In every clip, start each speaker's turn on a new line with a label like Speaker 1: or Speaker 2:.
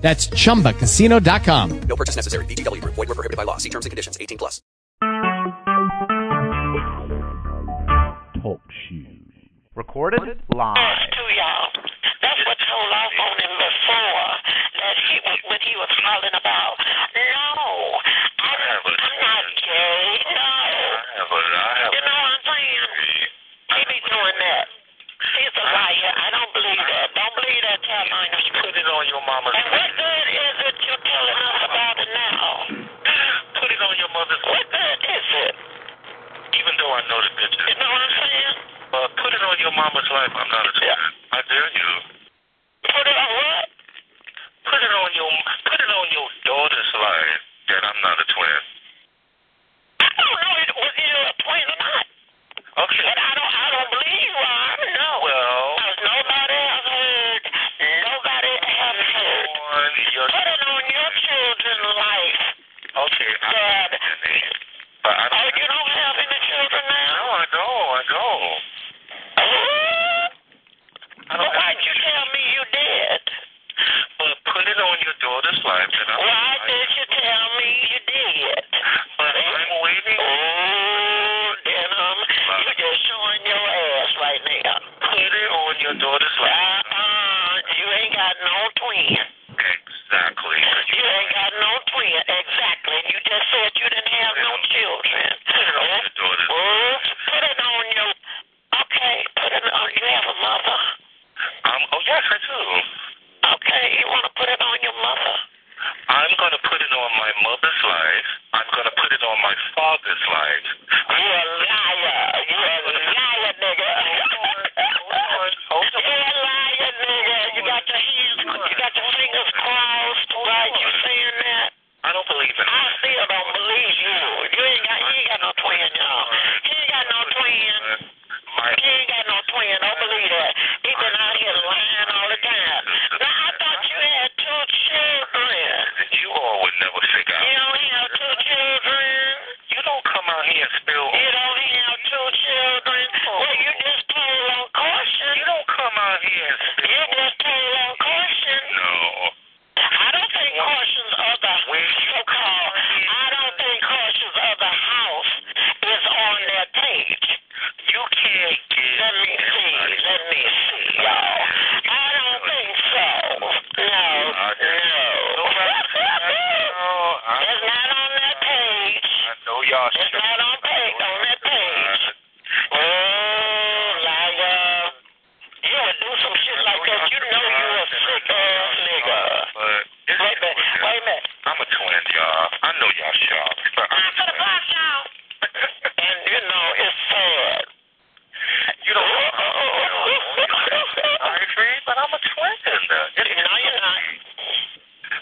Speaker 1: That's chumbacasino.com.
Speaker 2: No purchase necessary. VGW Group. Void were prohibited by law. See terms and conditions. 18 plus.
Speaker 3: Talk Shoes. Recorded live.
Speaker 4: Yes, to y'all. That's what told off on him before that he was when he was hollering about. No, I, I'm not gay. No, you know what I'm saying? He be doing that. He's a liar. I don't believe that. Don't believe that Carolina. You put it on your mama's. And what good is it you're telling us about it now? Put it on your mother's. What good is it? Even though I know the bitches. You know what I'm saying? Uh, put it on your mama's life. I'm not a yeah. I dare you. Put it on what? Put it on your put it on your daughter's life that I'm not a twin. I don't know if- whether you're a twin or not. Okay. But I don't I don't believe you are. No. Well. nobody has heard. Nobody has heard. Put it on your children's life. Okay. Dad. oh, you don't have any children now? No, I don't. I don't. But why'd you tell me you did? Well, put it on your daughter's life. That I'm Why did you tell me you did? But I'm waiting. Oh, Denham, you're just showing your ass right now. Put it on your daughter's life. Uh-uh, you ain't got no twin. Exactly. You ain't got no twin. Exactly. You just said you didn't have no children. Put it on your daughter's life. Put it on your... Okay, put it on... You have a mother? Um, oh, yes, I do. Okay, you want to put it on your mother? I'm going to put it on my mother's life. I'm going to put it on my father's life. You a liar. You a liar, nigga. You a liar, nigga. You got your hands, you got your fingers crossed while you saying that. I don't believe it. I still don't believe you. You ain't got, you ain't got no twin, y'all. He ain't got no twin. He ain't got no twin. Don't believe that. He been out here lying all the time. Now I thought you had two children. You all would oh, never figure out. You don't have two children. You don't come out here and spill. You don't have two children. Well, you just told on caution. You don't come out here and spill. You just told on caution. No. I don't think cautions of the so-called. I don't think cautions of the house is on their page. You can't get. Let me see. Let me see, y'all. I don't think so. No. No. It's not on that page. I know y'all. It's not on page. On that page. Oh, liar. You would do some shit like that. You know you a sick ass nigga. Wait a minute. Wait a minute. I'm a twin, y'all. I know y'all sharp. But I'm to the box, y'all. and you know it's sad. You don't. I agree, but I'm a twin. No, you're not.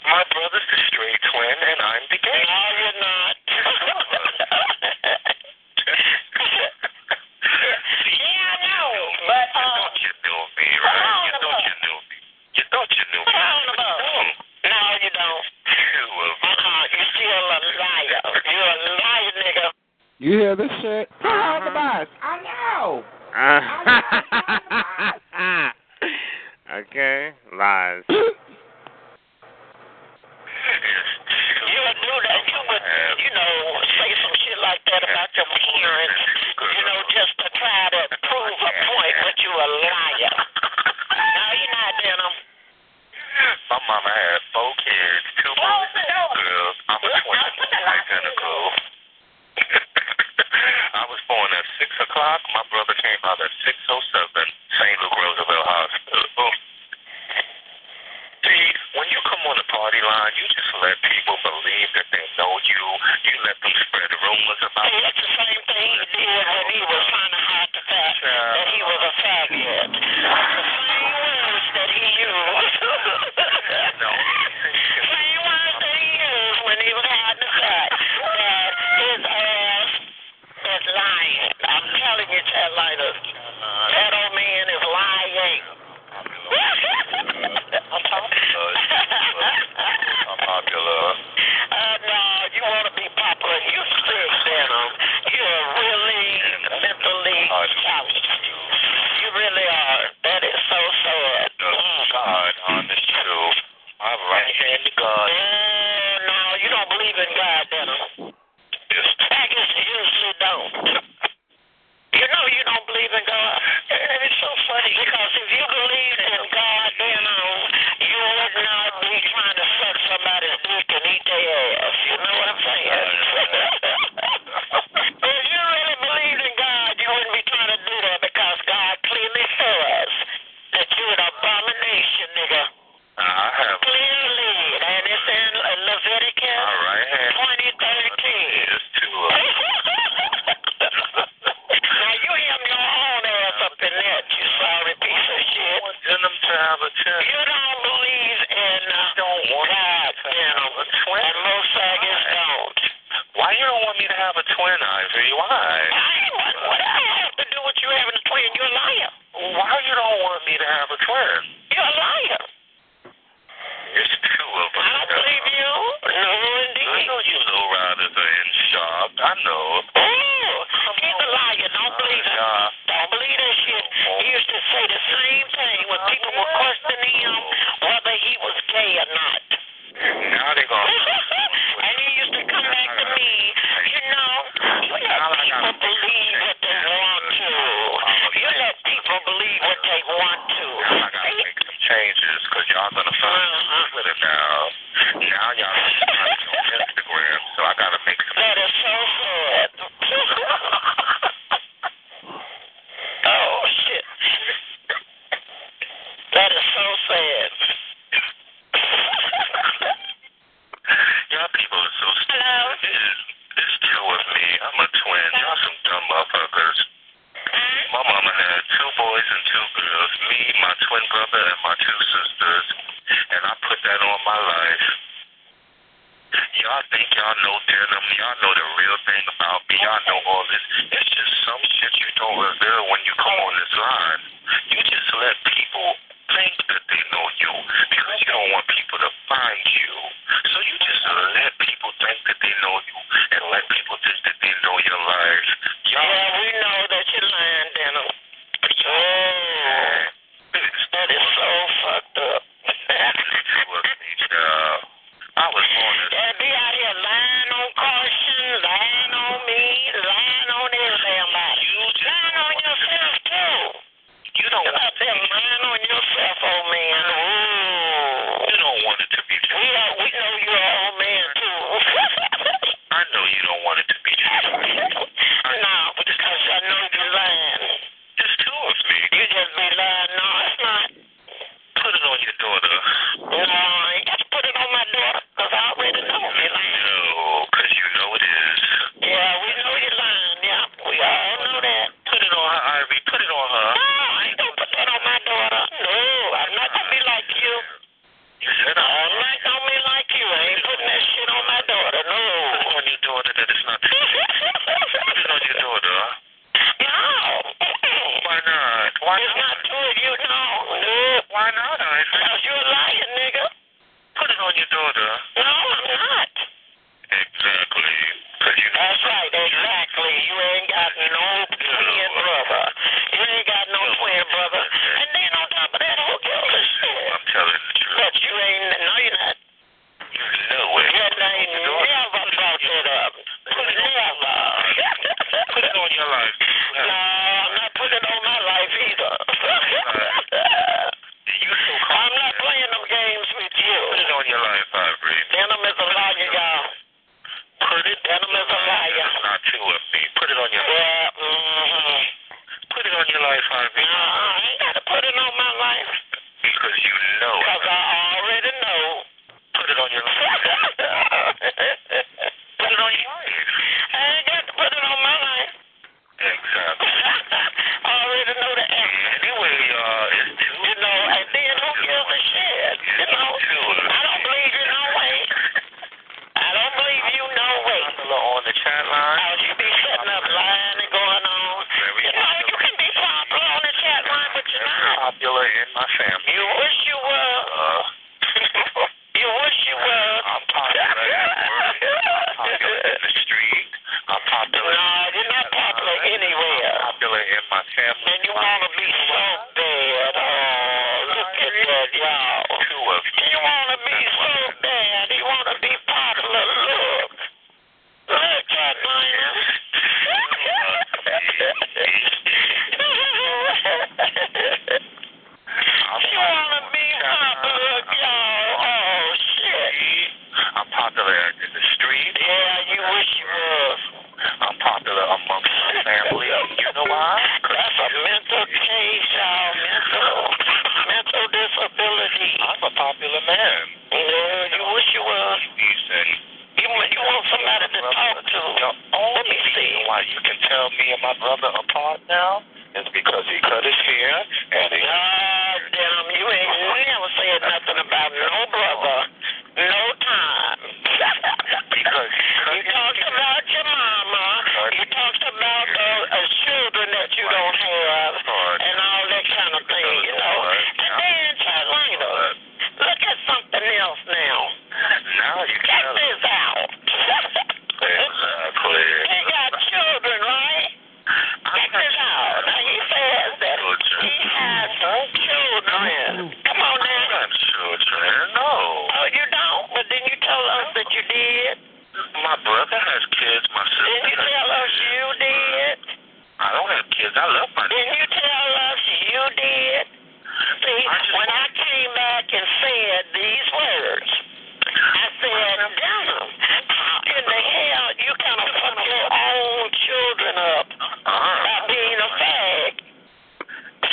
Speaker 4: My brother's the straight twin, and I'm the gay. No, you're not. yeah, I know, but uh, you thought you knew me, right? You thought you knew me. You thought you knew me. No, you don't. You uh-uh, you still a liar. You're a liar, nigga.
Speaker 5: You hear this shit? Put her on the bus. I know.
Speaker 6: okay, lies.
Speaker 4: You would do that. You would, you know, say some shit like that about your parents. You know, just to try to prove a point, but you a liar. no, you're not, Denim.
Speaker 7: My mama had four kids, two boys and two girls. I'm a twin. Identical. I was born at six o'clock. My brother came out at six oh seven. St. Luke Roosevelt Hospital. Boom. See, when you come on the party line, you just let people believe that they know you. You let them spread rumors about
Speaker 4: See,
Speaker 7: you.
Speaker 4: that's the same thing he did when he was trying to hide the fact that he was a faggot. The same words that he used.
Speaker 7: No.
Speaker 4: same words that he used when he was hiding the fact that his headliners. Pedo man is lying. I'm talking.
Speaker 7: I'm popular.
Speaker 4: Uh, no, you want to be popular. You still Venom. You're really mentally challenged. You really are. That is so uh, sad.
Speaker 7: The God on the truth. My right hand God
Speaker 4: Oh, no, you don't believe in God, Venom.
Speaker 7: is
Speaker 4: Faggots usually don't. You know you don't believe in God. And it's so funny because if you believed in God, then um, you would not be trying to suck somebody's dick and eat their ass. You know what I'm saying? if you really believed in God, you wouldn't be trying to do that because God clearly says that you're an abomination, nigga.
Speaker 7: I have
Speaker 4: Clearly, and it's in uh, Leviticus
Speaker 7: my right hand
Speaker 4: 2013.
Speaker 7: is to
Speaker 4: now you have your own ass up in that, you sorry piece of shit.
Speaker 7: in them to have a chance.
Speaker 4: You don't believe in uh,
Speaker 7: Don't want
Speaker 4: God,
Speaker 7: to have
Speaker 4: damn,
Speaker 7: a twin.
Speaker 4: and most faggots don't.
Speaker 7: Why you don't want me to have a twin, Ivy? Why?
Speaker 4: I, what, what I have to do with you having a twin? You're a liar.
Speaker 7: Why you don't want me to have a twin?
Speaker 4: You're a liar.
Speaker 7: It's two of us.
Speaker 4: I don't believe you. No,
Speaker 7: I
Speaker 4: indeed.
Speaker 7: know you little riders are in shop. I know.
Speaker 4: Oh, he's a liar. Don't believe him.
Speaker 7: Yeah.
Speaker 4: Don't believe that shit. He used to say the same thing when people were questioning him whether he was gay or not.
Speaker 7: Now they gonna.
Speaker 4: and he used to come back to me, you know, you let people believe what they want to. You let people believe what they want to.
Speaker 7: Now I gotta make some changes because y'all gonna find me on Twitter now. Now y'all gonna find me on Instagram, so I gotta make some.
Speaker 4: That is so sad. oh shit. That is so sad.
Speaker 7: Y'all people are so stupid. It's, it's two of me. I'm a twin. Y'all some dumb motherfuckers. My mama had two boys and two girls, me, my twin brother, and my two sisters, and I put that on my life. Y'all think y'all know denim, y'all know the real thing about me, y'all know all this. It's just some shit you don't reveal when you come on this line. You just let people think that they know you because you don't want people to find you. So you just let people think that they know you and let people think that they know your life. Y'all
Speaker 4: yeah, we know that you're lying, Denham. Oh, that is so fucked up. and be out here lying on caution, lying on me, lying on every damn body. Lying on yourself, too. You're out there lying on yourself, old man. Ooh. We, are, we know you're an old man, too. no, because I know you're lying. You just be lying. No, it's not. No, I ain't got to put it on my daughter, because I already know you're lying. Yeah, we know you're lying. Yeah, we all know that. No, I ain't gonna put that on my daughter. No, I'm not gonna be like you. I'm not gonna be like you. I ain't putting that shit on my daughter. No. no. Mm-mm. It's not two of you. No. No.
Speaker 7: Why not? I
Speaker 4: Because you're a liar, nigga.
Speaker 7: put it on your daughter.
Speaker 4: No, I'm not.
Speaker 7: Exactly. Cause you know
Speaker 4: That's right. Exactly. You ain't got no twin brother. You ain't got no twin brother. And then on top of that, who gives a shit?
Speaker 7: I'm telling the truth.
Speaker 4: But you ain't, no, you're not.
Speaker 7: You know it.
Speaker 4: Your name never brought it up. Never.
Speaker 7: Put it on your life. You
Speaker 4: no,
Speaker 7: have-
Speaker 4: I'm not putting it on my life either.
Speaker 7: You so
Speaker 4: I'm not playing them games with you.
Speaker 7: Put it on your life, Ivory.
Speaker 4: Denim is a liar, y'all.
Speaker 7: Put it
Speaker 4: Denim is a liar.
Speaker 7: It's not true of me. Put it on your life.
Speaker 4: Yeah, mm-hmm.
Speaker 7: Put it on your life, Ivory.
Speaker 4: No, Uh-uh, I ain't got to put it on my life.
Speaker 7: Because you know it.
Speaker 4: Because I already know.
Speaker 7: Put it on your life. Put
Speaker 4: put I ain't
Speaker 7: it on your life.
Speaker 4: got to put it on my life.
Speaker 7: Exactly.
Speaker 4: I already know the answer.
Speaker 7: Anyway, uh, it's two.
Speaker 4: You know, and then who gives a shit? You know, I don't believe you no way. I don't believe you no way. Oh,
Speaker 7: Popular on the chat line.
Speaker 4: How you be sitting up lying and going on. You know, you
Speaker 7: family.
Speaker 4: You wish you were.
Speaker 7: Uh,
Speaker 4: You wish you were.
Speaker 7: I'm popular in the world. I'm popular in the street. I'm popular.
Speaker 4: No, you're not popular anywhere.
Speaker 7: Uh-huh. I'm popular in my family.
Speaker 4: And you want to be so bad. Oh, look at that, y'all.
Speaker 7: Two of you.
Speaker 4: You want to be so bad. You want to be popular. Look. Look at Glenn. She want to be popular, y'all. Oh, shit.
Speaker 7: I'm popular in the street.
Speaker 4: Yeah, you wish you was.
Speaker 7: I'm popular amongst my family. You know why? 'Cause
Speaker 4: That's a mental case, y'all. Mental, mental disability.
Speaker 7: I'm a popular man.
Speaker 4: Yeah, you wish you was.
Speaker 7: You said
Speaker 4: You want, you want somebody to talk to.
Speaker 7: the
Speaker 4: Let
Speaker 7: only
Speaker 4: me see.
Speaker 7: reason why you can tell me and my brother apart now is because he cut his hair and he.
Speaker 4: God damn, you ain't never said nothing about no brother, no time.
Speaker 7: Because
Speaker 4: you talked about your mama. You talked about the uh, children that you don't have and all that kind of thing, you know. And then, Carolina, look at something else now.
Speaker 7: Now you uh,
Speaker 4: Check
Speaker 7: tell
Speaker 4: this out.
Speaker 7: Exactly.
Speaker 4: He got children, right? Check this out. Now he says that he has children. Come on
Speaker 7: I
Speaker 4: now.
Speaker 7: got children. No.
Speaker 4: Oh, you don't? But then you tell us that you did.
Speaker 7: My brother has kids. My
Speaker 4: Then
Speaker 7: sister
Speaker 4: you
Speaker 7: has
Speaker 4: tell us you did.
Speaker 7: I don't have kids. I love my
Speaker 4: Then you tell us you did. See, when I came back and said these words, I said, damn, how in the hell you kind of fuck your own children up by
Speaker 7: uh-huh.
Speaker 4: being a fag?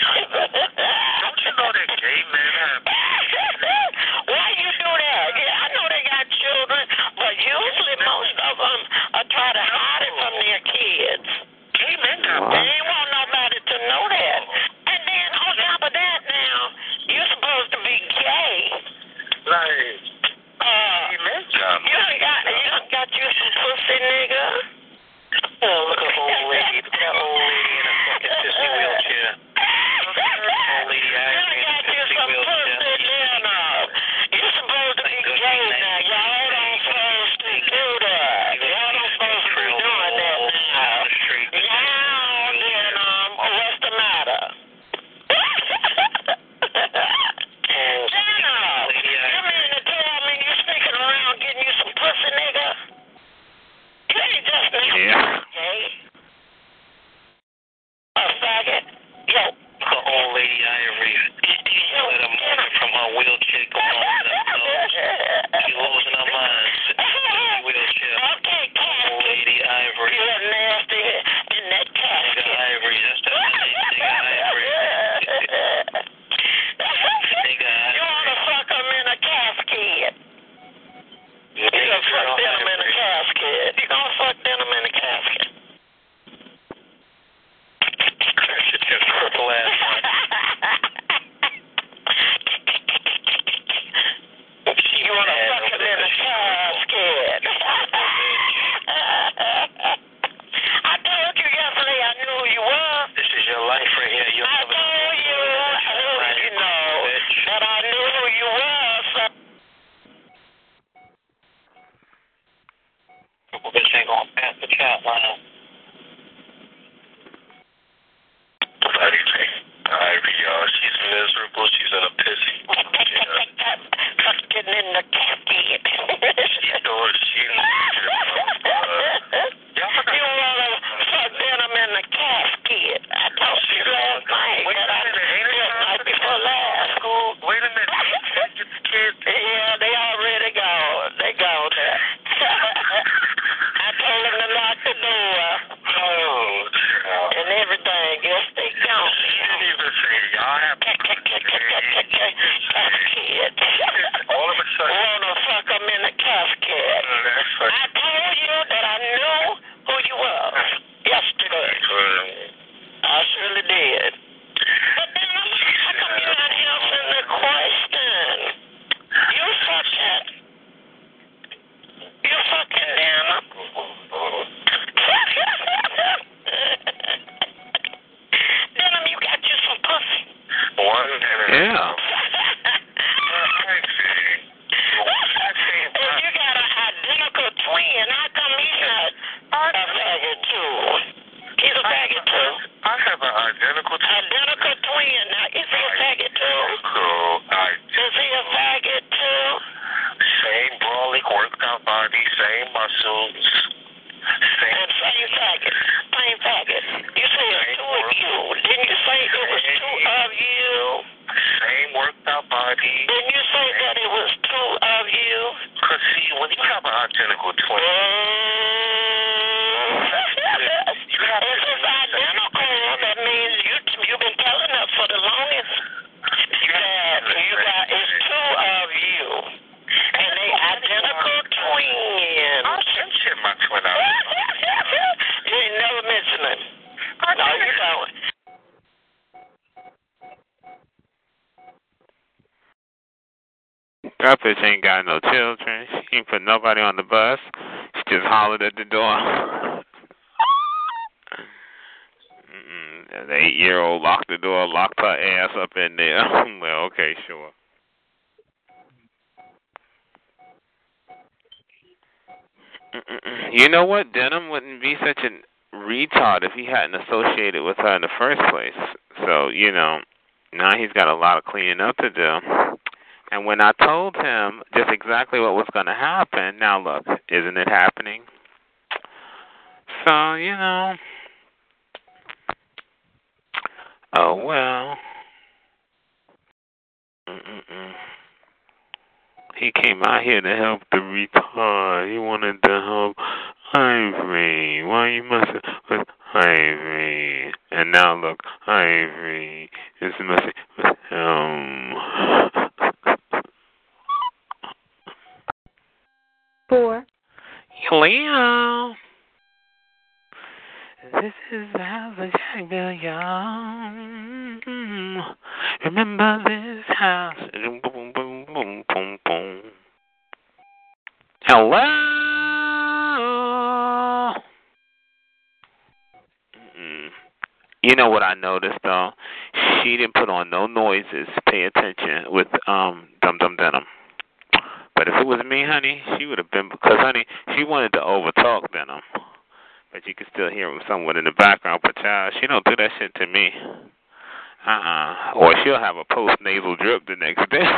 Speaker 7: Don't you know that gay men have
Speaker 4: Why you do that? Yeah, I know they got children, but usually most of them are try to hide it from their kids.
Speaker 7: gay men have
Speaker 4: They ain't want nobody to know that. And then on top of that, now you're supposed to be gay.
Speaker 7: like
Speaker 4: Uh,
Speaker 7: gay men
Speaker 4: you done got you done got you some pussy, nigga.
Speaker 7: Oh, look at old lady. That old lady in a fucking sissy wheelchair.
Speaker 4: Holy you got you some pussy, Leonard. You're supposed to be gay now. Y'all don't supposed to do that. Y'all don't supposed to be doing that now. Now, then, um, what's the matter? Leonard, you mean to tell me you sneaking around getting you some pussy, nigga? You ain't just now
Speaker 7: Yeah.
Speaker 4: gay. A Oh, faggot. Yo.
Speaker 7: The old lady Ivory. Let her mother from her wheelchair go on up nose. She losing her mind. Sitting in her wheelchair.
Speaker 4: Okay,
Speaker 7: Old
Speaker 4: Cassie.
Speaker 7: lady Ivory.
Speaker 4: You are nasty in that
Speaker 7: Nigga
Speaker 4: casket.
Speaker 7: Ivory. That's that name. Nigga Ivory. Nigga
Speaker 4: You want to
Speaker 7: Ivory.
Speaker 4: fuck them in a casket. You
Speaker 7: Nigga
Speaker 4: gonna fuck
Speaker 7: Pearl
Speaker 4: them in a
Speaker 7: Ivory.
Speaker 4: casket. You gonna fuck them in a casket.
Speaker 7: Shit, your cripple ass.
Speaker 4: You want to fuck them in a casket. I told you yesterday I knew you were.
Speaker 7: This is your life right here. You'll
Speaker 4: I
Speaker 7: never
Speaker 4: told you, you know, that I knew who you were. So
Speaker 7: Bitch ain't gonna pass the chat line. Bloody thing. Ivy, y'all. She's miserable. She's in a pissy. Yeah.
Speaker 4: fucking in the casket.
Speaker 7: She knows she needs your Y'all
Speaker 4: You want to fuck them in the casket. I told you last night that I yeah, night before last.
Speaker 7: school. Wait a minute. Can't get the kids.
Speaker 4: Yeah, they already gone. They gone there. I told them to lock the door
Speaker 7: Oh, child.
Speaker 4: and everything. Yes, they gone.
Speaker 7: She didn't even say y'all have All of a sudden,
Speaker 4: Wanna fuck 'em in a casket.
Speaker 7: that's
Speaker 4: I
Speaker 7: what
Speaker 4: told you that I knew who you was yesterday. I surely did. But then I'm like, how come you're not answering the question? You fucking, you fucking damn. Denim, you got you some pussy.
Speaker 7: One minute. Yeah. see?
Speaker 4: Didn't you say that it was two of you?
Speaker 7: Cause see, when you have an identical twin,
Speaker 4: if it's identical, that means you you've been telling us for the longest that you got it's two of you, and they identical
Speaker 7: I'll
Speaker 4: twins.
Speaker 7: send you my twin out.
Speaker 4: you ain't never mention it. No, you don't.
Speaker 6: That bitch ain't got no children. She ain't put nobody on the bus. She just hollered at the door. Mm-mm, That eight year old locked the door, locked her ass up in there. well, okay, sure. Mm-mm-mm. You know what? Denim wouldn't be such a retard if he hadn't associated with her in the first place. So, you know, now he's got a lot of cleaning up to do. And when I told him just exactly what was going to happen, now look, isn't it happening? So, you know. Oh, well. Mm-mm-mm. He came out here to help the retard. He wanted to help Ivory. Why you must with Ivory? And now look, Ivory is messing with him.
Speaker 8: Four.
Speaker 6: Leo. This is how the Jack Bill Young. Remember this house. Boom, boom, boom, boom, boom, boom. Hello. Mm. You know what I noticed though? She didn't put on no noises. Pay attention with um dum dum denim. But if it was me, honey, she would have been because honey, she wanted to overtalk Venom. But you could still hear him somewhat in the background. But child, she don't do that shit to me. Uh uh Or she'll have a post nasal drip the next day.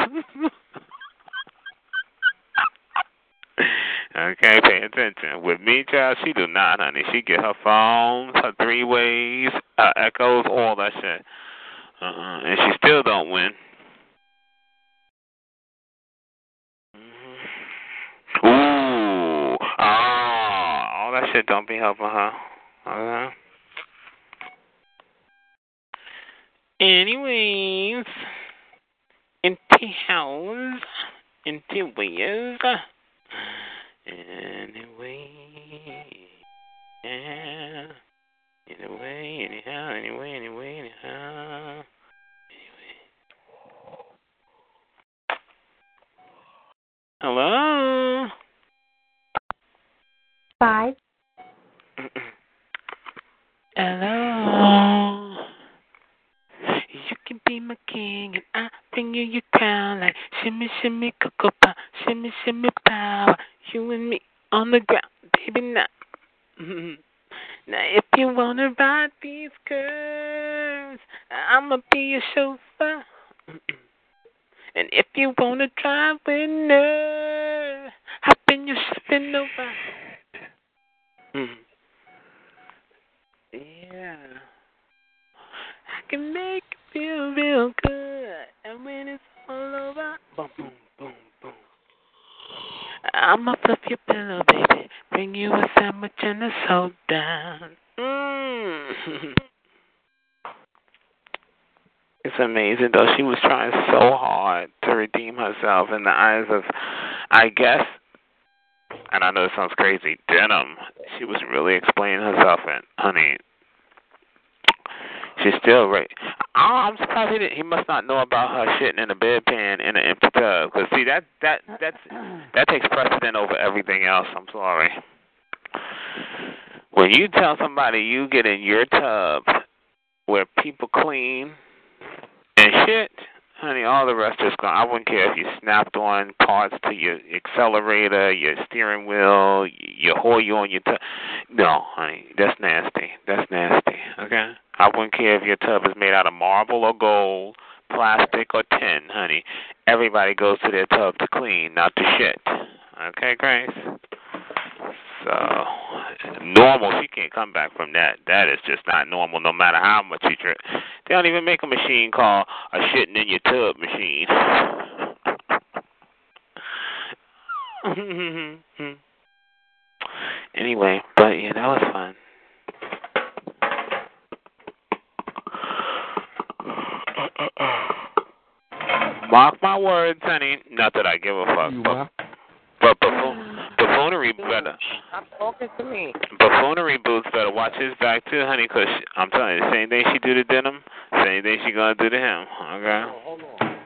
Speaker 6: okay, pay attention. With me, child, she do not, honey. She get her phones, her three ways, her echoes, all that shit. Uh uh. And she still don't win. Mm-hmm. Ooh, ah, all that shit don't be helping her. Uh-huh. Anyways, empty house, empty ways. Anyway, yeah. Anyway, anyhow, anyway, anyway, anyhow. Anyway. Hello.
Speaker 8: Five.
Speaker 6: Hello. You can be my king and I bring you your crown like shimmy shimmy cocoa pie, shimmy shimmy power. You and me on the ground, baby now. now if you wanna ride these curves, I'ma be your chauffeur. and if you wanna drive with nerve, hop in your spin over. Mm. Yeah. I can make you feel real good. And when it's all over, boom, boom, boom, boom. I'ma fluff your pillow, baby. Bring you a sandwich and a soda. Mm. it's amazing, though. She was trying so hard to redeem herself in the eyes of, I guess, and I know it sounds crazy, denim. She was really explaining herself, and honey, she's still right. Oh, I'm surprised he didn't. He must not know about her shitting in a bedpan in an empty tub. Cause see, that that that's that takes precedent over everything else. I'm sorry. When you tell somebody you get in your tub where people clean and shit, honey, all the rest is gone. I wouldn't care if you snapped on parts to your accelerator, your steering wheel, y- your hoyo on your tub. No, honey, that's nasty. That's nasty. Okay, I wouldn't care if your tub is made out of marble or gold, plastic or tin, honey. Everybody goes to their tub to clean, not to shit. Okay, Grace. So normal, she can't come back from that. That is just not normal, no matter how much you drink. They don't even make a machine called a shitting in your tub machine. anyway, but yeah, that was fun. Mark my words, honey. Not that I give a fuck,
Speaker 9: You
Speaker 6: but,
Speaker 9: are.
Speaker 6: but buffo-
Speaker 10: Mm.
Speaker 6: buffoonery better.
Speaker 4: I'm talking to me.
Speaker 6: Buffoonery boots better watch his back too, honey, 'cause she- I'm telling you, the same thing she do to Denim, same thing she gonna do to him. Okay.
Speaker 10: Oh, Hold on.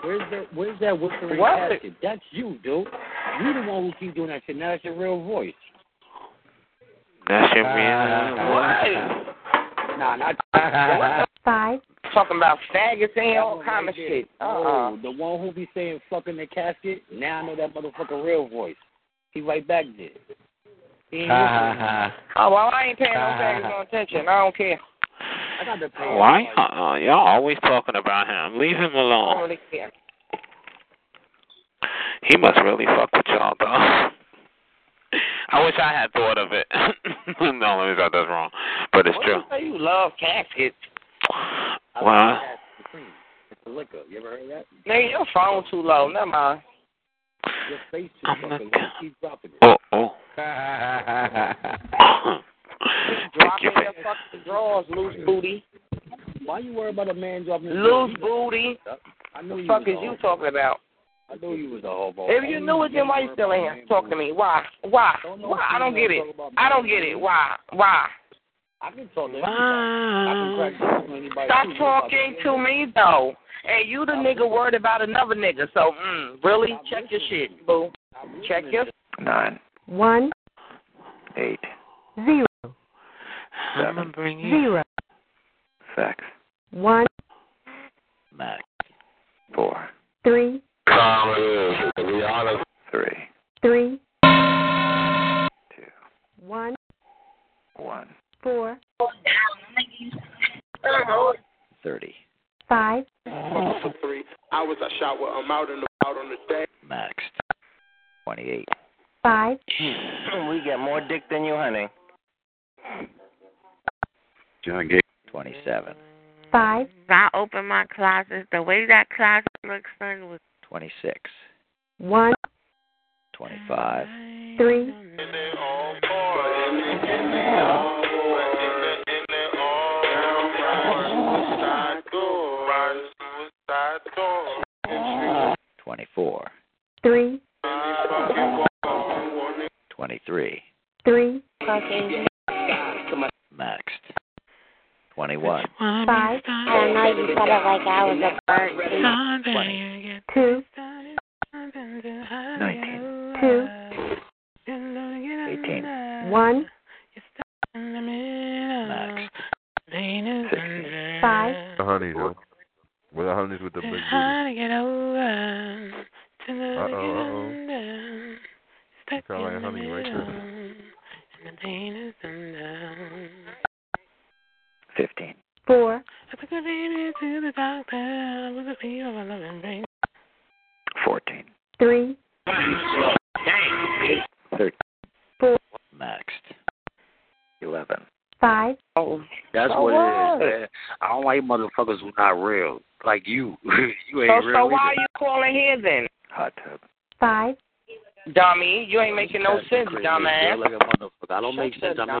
Speaker 10: Where's that? Where's that whispering
Speaker 6: What?
Speaker 10: basket? That's you, dude. You the one who keep doing that shit. Now that's your real voice. Ah,
Speaker 6: That's your
Speaker 4: What?
Speaker 10: Nah, not
Speaker 8: five,
Speaker 4: Talking about faggots and all kind of shit. Uh-uh.
Speaker 10: Oh, the one who be saying fucking the casket. Now I know that motherfucker real voice. He right back there. He ain't listening.
Speaker 4: Oh, well, I ain't paying no faggots no attention. I don't care.
Speaker 10: I got to pay.
Speaker 6: Why uh, y'all always talking about him? Leave him
Speaker 4: I don't
Speaker 6: alone.
Speaker 4: really care.
Speaker 6: He must really fuck with y'all though. I wish I had thought of it. no, let me start that's wrong, but it's
Speaker 4: what
Speaker 6: true.
Speaker 4: You, say you love caskets.
Speaker 6: Well,
Speaker 10: It's a liquor. You ever heard that?
Speaker 4: Nigga, your phone too low. Never mind.
Speaker 10: Your face too
Speaker 6: I'm not
Speaker 10: fucking low.
Speaker 6: gonna-
Speaker 10: Keep dropping it.
Speaker 6: oh, oh.
Speaker 4: Drop
Speaker 6: Thank you.
Speaker 4: in your fucking drawers, loose booty.
Speaker 10: Why you worry about a man dropping his
Speaker 4: Loose
Speaker 10: He-
Speaker 4: booty.
Speaker 10: I knew
Speaker 4: The
Speaker 10: you
Speaker 4: fuck
Speaker 10: was
Speaker 4: is
Speaker 10: a
Speaker 4: you
Speaker 10: hobo.
Speaker 4: talking about?
Speaker 10: I knew you was a hobo.
Speaker 4: If you knew it, then why you still in here talking to me? Why? Why? Why? I don't get it. I don't get it. Why? Why?
Speaker 10: I can talk to anybody. I can
Speaker 6: Bye.
Speaker 10: crack jokes on anybody.
Speaker 4: Stop
Speaker 10: too. You
Speaker 4: talking
Speaker 10: about
Speaker 4: to me though. And you the nigga worried about another nigga. So mm, really, check your shit, boo. Check your.
Speaker 9: Nine,
Speaker 8: one,
Speaker 9: eight,
Speaker 8: zero,
Speaker 6: I'm gonna bring you.
Speaker 8: zero,
Speaker 9: six,
Speaker 8: one,
Speaker 9: four,
Speaker 8: three,
Speaker 9: three,
Speaker 8: three,
Speaker 9: two,
Speaker 8: one,
Speaker 9: one,
Speaker 8: four, five,
Speaker 9: Max. Twenty-eight.
Speaker 8: five,
Speaker 4: we get more dick than you, honey.
Speaker 9: John Gay. Twenty-seven.
Speaker 8: five,
Speaker 11: I opened my closet. The way that closet looks, son, was
Speaker 9: Twenty-six.
Speaker 8: one,
Speaker 9: Twenty-five.
Speaker 8: three,
Speaker 9: Twenty-four.
Speaker 8: three,
Speaker 9: Twenty-three.
Speaker 8: three,
Speaker 9: Maxed. Twenty-one.
Speaker 8: five,
Speaker 11: I know you said it like I was a bird.
Speaker 8: two,
Speaker 9: Nineteen.
Speaker 8: two,
Speaker 9: Eighteen.
Speaker 8: one,
Speaker 9: Maxed.
Speaker 8: five,
Speaker 7: The honey, though. Well, the honey's with the big booty. Uh oh, uh oh. Sound like honey right there.
Speaker 9: Fifteen.
Speaker 8: four,
Speaker 9: Fourteen.
Speaker 8: three,
Speaker 9: Thirteen.
Speaker 8: Four.
Speaker 9: Maxed. Eleven.
Speaker 8: five,
Speaker 10: Oh, That's
Speaker 4: So
Speaker 10: what
Speaker 4: what?
Speaker 10: it is. I don't like motherfuckers who not real. Like you. you
Speaker 4: So,
Speaker 10: ain't real.
Speaker 4: so why are
Speaker 10: either.
Speaker 4: you calling here then,
Speaker 9: Hot tub.
Speaker 8: five,
Speaker 4: dummy? You ain't making no
Speaker 10: That's
Speaker 4: sense,
Speaker 10: crazy. You're
Speaker 4: dumbass.
Speaker 10: Like a motherfucker. I don't make
Speaker 4: Shut
Speaker 10: sense.
Speaker 4: your
Speaker 10: I'm a